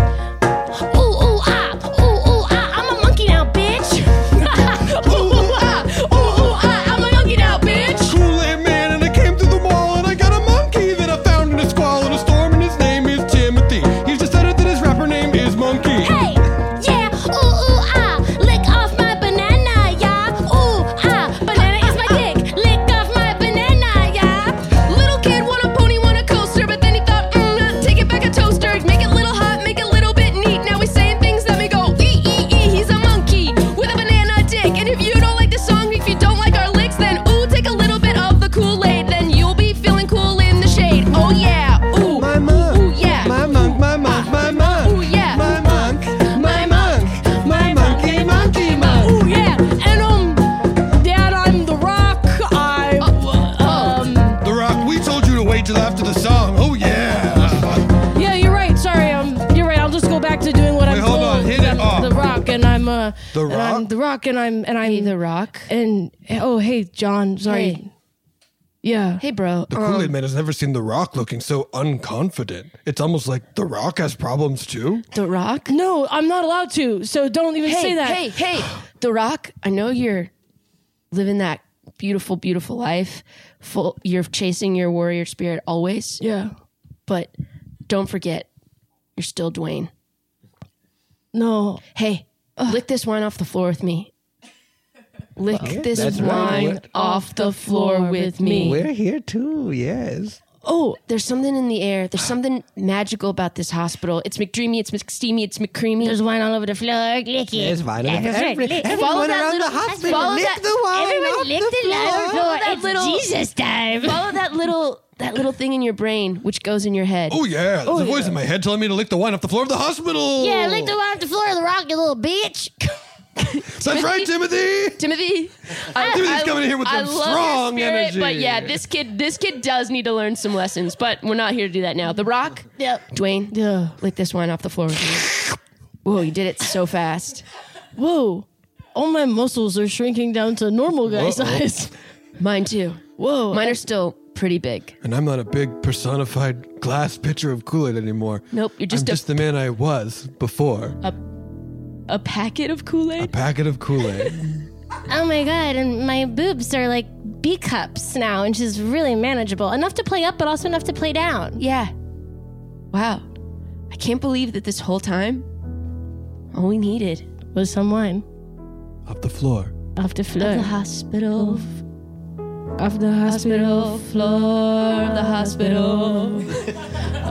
S5: Ooh ooh ah, ooh ooh ah. I'm a monkey now, bitch.
S4: Ooh, ooh, ah, ooh, ooh, ah, I'm a monkey now, bitch.
S3: Kool Aid Man, and I came through the wall, and I got a monkey that I found in a squall in a storm, and his name is Timothy. He's decided that his rapper name is Monkey.
S5: Hey, yeah. Ooh ooh ah. Lick off my banana, yeah. Ooh ah. Banana is my dick. Lick off my banana, yeah.
S4: Little kid want a pony, want a coaster, but then he thought, mm, uh, take it back a toaster, make it little hot, make it little bit neat. Now he's saying things that may go ee ee ee. He's a monkey with a banana dick, and if you don't like the song, if you don't like our licks, then ooh, take a little bit of the Kool Aid, then you'll be feeling cool in the shade. Oh yeah, ooh,
S3: My monk,
S4: ooh, ooh yeah, Uh,
S3: my monk, my monk, my monk.
S4: Ooh, yeah.
S3: My monk, my monk, my monkey, monkey, monk.
S2: Ooh, yeah. And, um, Dad, I'm The Rock. I,
S3: Uh,
S2: um,
S3: The Rock, we told you to wait till after the song. Oh yeah.
S2: yeah, you're right. Sorry, um, you're right. I'll just go back to doing what
S3: Wait,
S2: I'm
S3: hold
S2: told.
S3: on. Hit it
S2: I'm
S3: off.
S2: The Rock, and I'm, uh,
S3: The
S2: and I'm
S3: Rock?
S2: the Rock, and I'm, and I'm The Rock. And, oh, hey, John. Sorry.
S4: Hey.
S2: Yeah.
S4: Hey bro,
S3: The Kool Aid Man has never seen The Rock looking so unconfident. It's almost like The Rock has problems too.
S4: The Rock.
S2: No, I'm not allowed to. So don't even say that.
S4: Hey, hey, The Rock, I know you're living that beautiful, beautiful life. Full, you're chasing your warrior spirit always,
S2: Yeah.
S4: but don't forget, you're still Dwayne.
S2: No.
S4: Hey, lick this wine off the floor with me. Lick this wine off the floor with me.
S3: We're here too, yes.
S4: Oh, there's something in the air. There's something magical about this hospital. It's McDreamy, it's McSteamy, it's McCreamy.
S5: There's wine all over the floor. Lick it.
S3: It's vinyl.
S5: That's right.
S3: Every-
S5: Lick-
S3: everyone
S5: follow that
S3: around
S5: little-
S3: the hospital,
S4: follow
S3: lick
S4: that-
S3: the wine
S5: Everyone
S3: off
S5: lick
S3: the
S5: the wine off
S3: floor.
S5: the floor.
S4: That
S5: It's
S4: little-
S5: Jesus time.
S4: Follow that little that little thing in your brain which goes in your head.
S3: Oh yeah, there's a voice in my head telling me to lick the wine off the floor of the hospital.
S5: Yeah, lick the wine off the floor of the rock, you little bitch.
S3: That's right, Timothy.
S4: Timothy, I,
S3: Timothy's coming in here with
S4: I
S3: some
S4: love your
S3: strong
S4: spirit,
S3: energy.
S4: But yeah, this kid, this kid does need to learn some lessons. But we're not here to do that now. The Rock,
S5: Yep.
S4: Dwayne,
S2: Yeah.
S4: lick this wine off the floor. With me. Whoa, you did it so fast.
S2: Whoa. All my muscles are shrinking down to normal guy size.
S4: Mine too.
S2: Whoa.
S4: Mine are still pretty big.
S3: And I'm not a big personified glass pitcher of Kool Aid anymore.
S4: Nope, you're just
S3: I'm
S4: a-
S3: just the man I was before. A,
S4: A packet of Kool Aid.
S3: packet of Kool Aid.
S5: Oh my god, and my boobs are like B cups now, and she's really manageable. Enough to play up, but also enough to play down.
S4: Yeah. Wow. I can't believe that this whole time, all we needed
S2: Was some wine.
S3: Off the floor.
S2: Off the floor.
S4: hospital.
S2: Off the hospital floor. The hospital.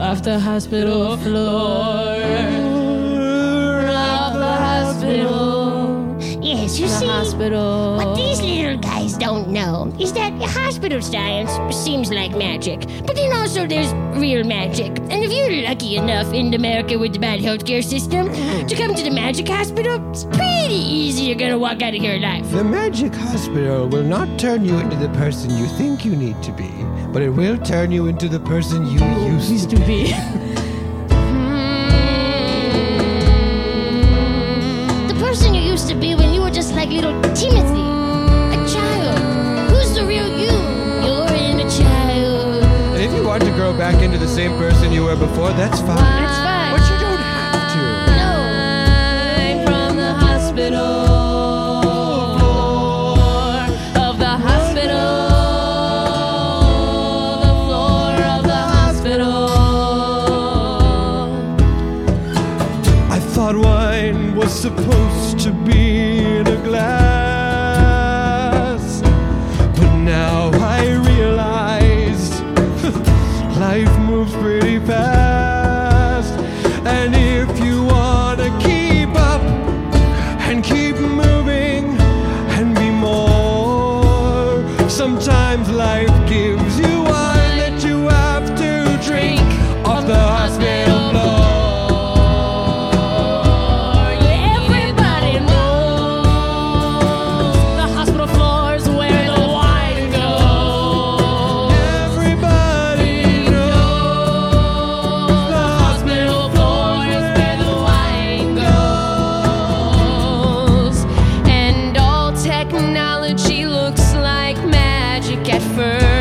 S2: Off the hospital floor. Off the hospital.
S5: Yes, you see,
S2: Hospital.
S5: what these little guys don't know is that hospital science seems like magic, but then also there's real magic. And if you're lucky enough in America with the bad healthcare system to come to the magic hospital, it's pretty easy you're gonna walk out of here alive.
S3: The magic hospital will not turn you into the person you think you need to be, but it will turn you into the person you used to be.
S5: The person you used to be when you were just like little Timothy, a child. Who's the real you? You're in a child.
S3: And if you want to grow back into the same person you were before, that's fine. That's
S5: fine.
S3: But you don't have to.
S5: No.
S4: from the hospital.
S3: supposed to be in a glass. But now I realize life moves pretty fast. And if you want to keep up and keep moving and be more, sometimes life gives you wine that you have to drink off the hospital floor.
S7: Everybody knows the hospital floor's where the wine goes.
S3: Everybody knows the hospital floor is where the
S4: wine goes. And all technology looks like magic at first.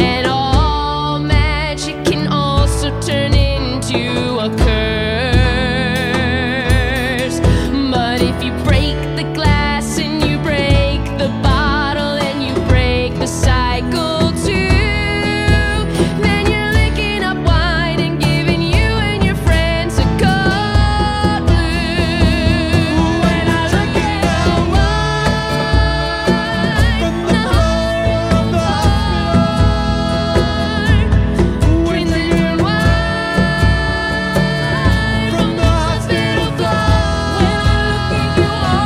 S4: And all magic can also turn into a curse. But if you break the glass and you break the bottle and you break the cycle too, then you're licking up wine and giving you and your friends a cold blue. When I look at the wine, the whole When the new wine from the hospital floor. When I look at you, all I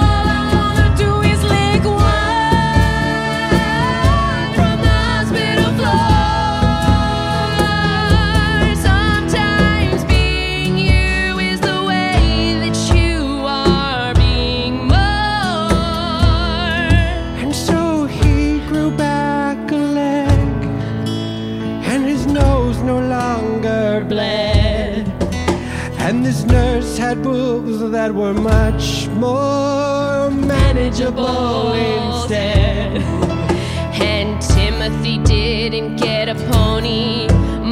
S4: wanna do is lick wine from the hospital floor. Sometimes being you is the way that you are being more.
S3: And so he grew back a leg, and his nose no longer bled. And this nurse had boobs that were much more manageable instead.
S4: And Timothy didn't get a pony,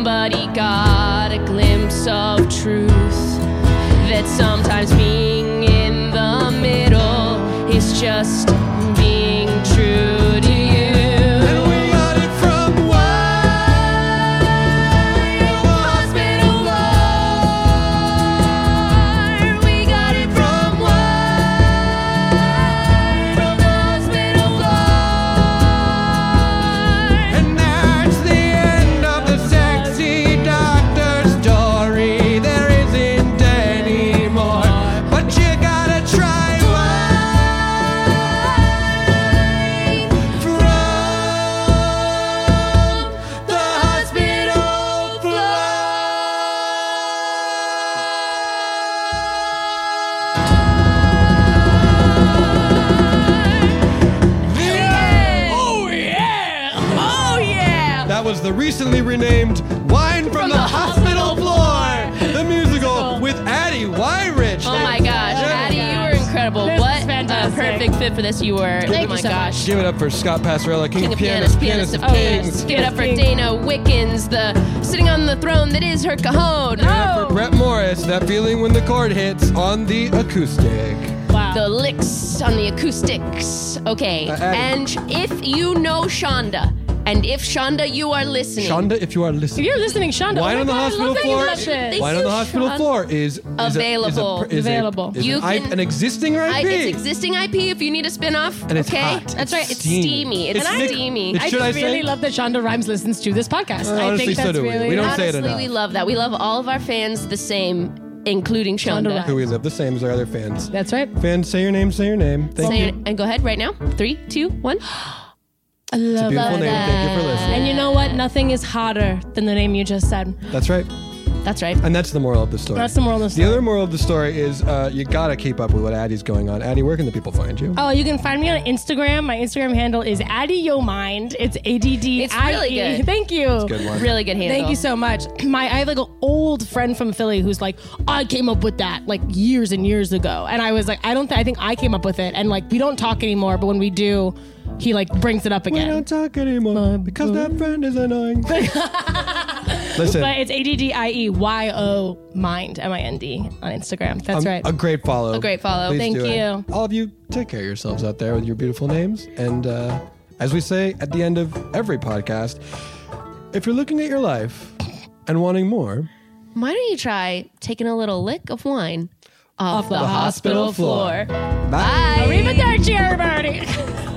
S4: but he got a glimpse of truth that sometimes being in the middle is just being true to
S3: And
S4: you.
S3: we got it from wine.
S4: Hospital floor, we got it from wine. From the hospital floor.
S3: And that's the end of the sexy doctor story. There isn't any more. But you gotta try wine from the hospital
S4: Oh yeah! Oh yeah!
S3: That was the recently renamed Wine from, the,
S4: the
S3: Hospital
S4: Hospital
S3: Floor, the musical with Addie Wyrich.
S4: Oh my gosh, Addie, you were incredible.
S5: This
S4: what
S5: is
S4: a
S5: fantastic.
S4: perfect fit for this you were. oh
S5: Thank
S4: my
S5: you so
S4: gosh.
S3: Give it up for Scott Passarella, King,
S4: King
S3: of
S4: of
S3: Pianists, Pianist
S4: pianists, pianist
S3: of
S4: of
S3: Kings.
S4: kings. Give it up for Dana Wickens, the sitting on the throne that is her cajon.
S3: For Brett Morris, that feeling when the chord hits on the acoustic.
S4: The licks on the acoustics. Okay.
S3: Uh, Addie.
S4: and if you know Shonda, and if Shonda, you are listening.
S3: Shonda, if you are listening.
S5: You're listening, Shonda.
S3: Wine
S5: oh my
S3: on the
S5: God, I
S3: hospital
S5: love that you
S3: floor.
S5: love this.
S3: Wine on the hospital
S4: Shonda.
S3: floor is, is a- is a-
S4: Available.
S3: is a- is
S5: Available.
S4: You
S3: an, I-
S4: can-
S3: an existing IP.
S4: I, it's existing IP if you need a spin-off.
S3: and it's
S4: okay?
S3: hot.
S4: That's right. It's
S3: steamy.
S4: steamy. It's,
S3: It's Nick-
S4: steamy.
S3: it's-
S5: I
S3: Should I
S5: really
S3: say-
S5: love that Shonda Rhimes listens to this podcast.
S3: Uh,
S5: I
S3: honestly,
S5: think
S3: so
S5: that's
S3: do we.
S5: really
S3: We don't say it
S4: Honestly,
S3: enough.
S4: we love that. We love all of our fans the same, including Shonda.
S5: Shonda
S3: Who we live the same as our other fans.
S5: That's right.
S3: Fans, say your name, say your name. Thank
S4: Say
S3: you.
S4: your- and go ahead right now. Three, two, one.
S5: I love
S3: Beautiful name. Thank you for listening.
S5: And you know what? Nothing is hotter than the name you just said.
S3: That's right.
S4: That's right.
S3: And that's the moral of the story.
S5: That's the moral of the
S3: The
S5: story.
S3: other moral of the story is uh, you gotta keep up with what Addie's going on. Addie, where can the people find you?
S5: Oh, you can find me on Instagram. My Instagram handle is addiyomind. It's A D D I E.
S4: It's really good.
S5: Thank you.
S3: Good one.
S4: Really good handle.
S5: Thank you so much. My I have like an old friend from Philly who's like, I came up with that like years and years ago, and I was like, I don't, th- I think I came up with it, and like we don't talk anymore, but when we do, he like brings it up
S3: We
S5: again.
S3: don't talk anymore because that friend is annoying. Listen,
S5: But it's A D D I E Y O Mind M I N D on Instagram. That's
S3: um,
S5: right.
S3: a great follow. A
S4: great follow.
S5: Thank you.
S3: All of you, take care of yourselves out there with your beautiful names. And uh, as we say at the end of every podcast, if you're looking at your life and wanting more,
S4: Why don't you try taking a little lick of wine off, the,
S3: hospital
S4: hospital floor?
S3: Bye.
S4: Arrivederci, everybody.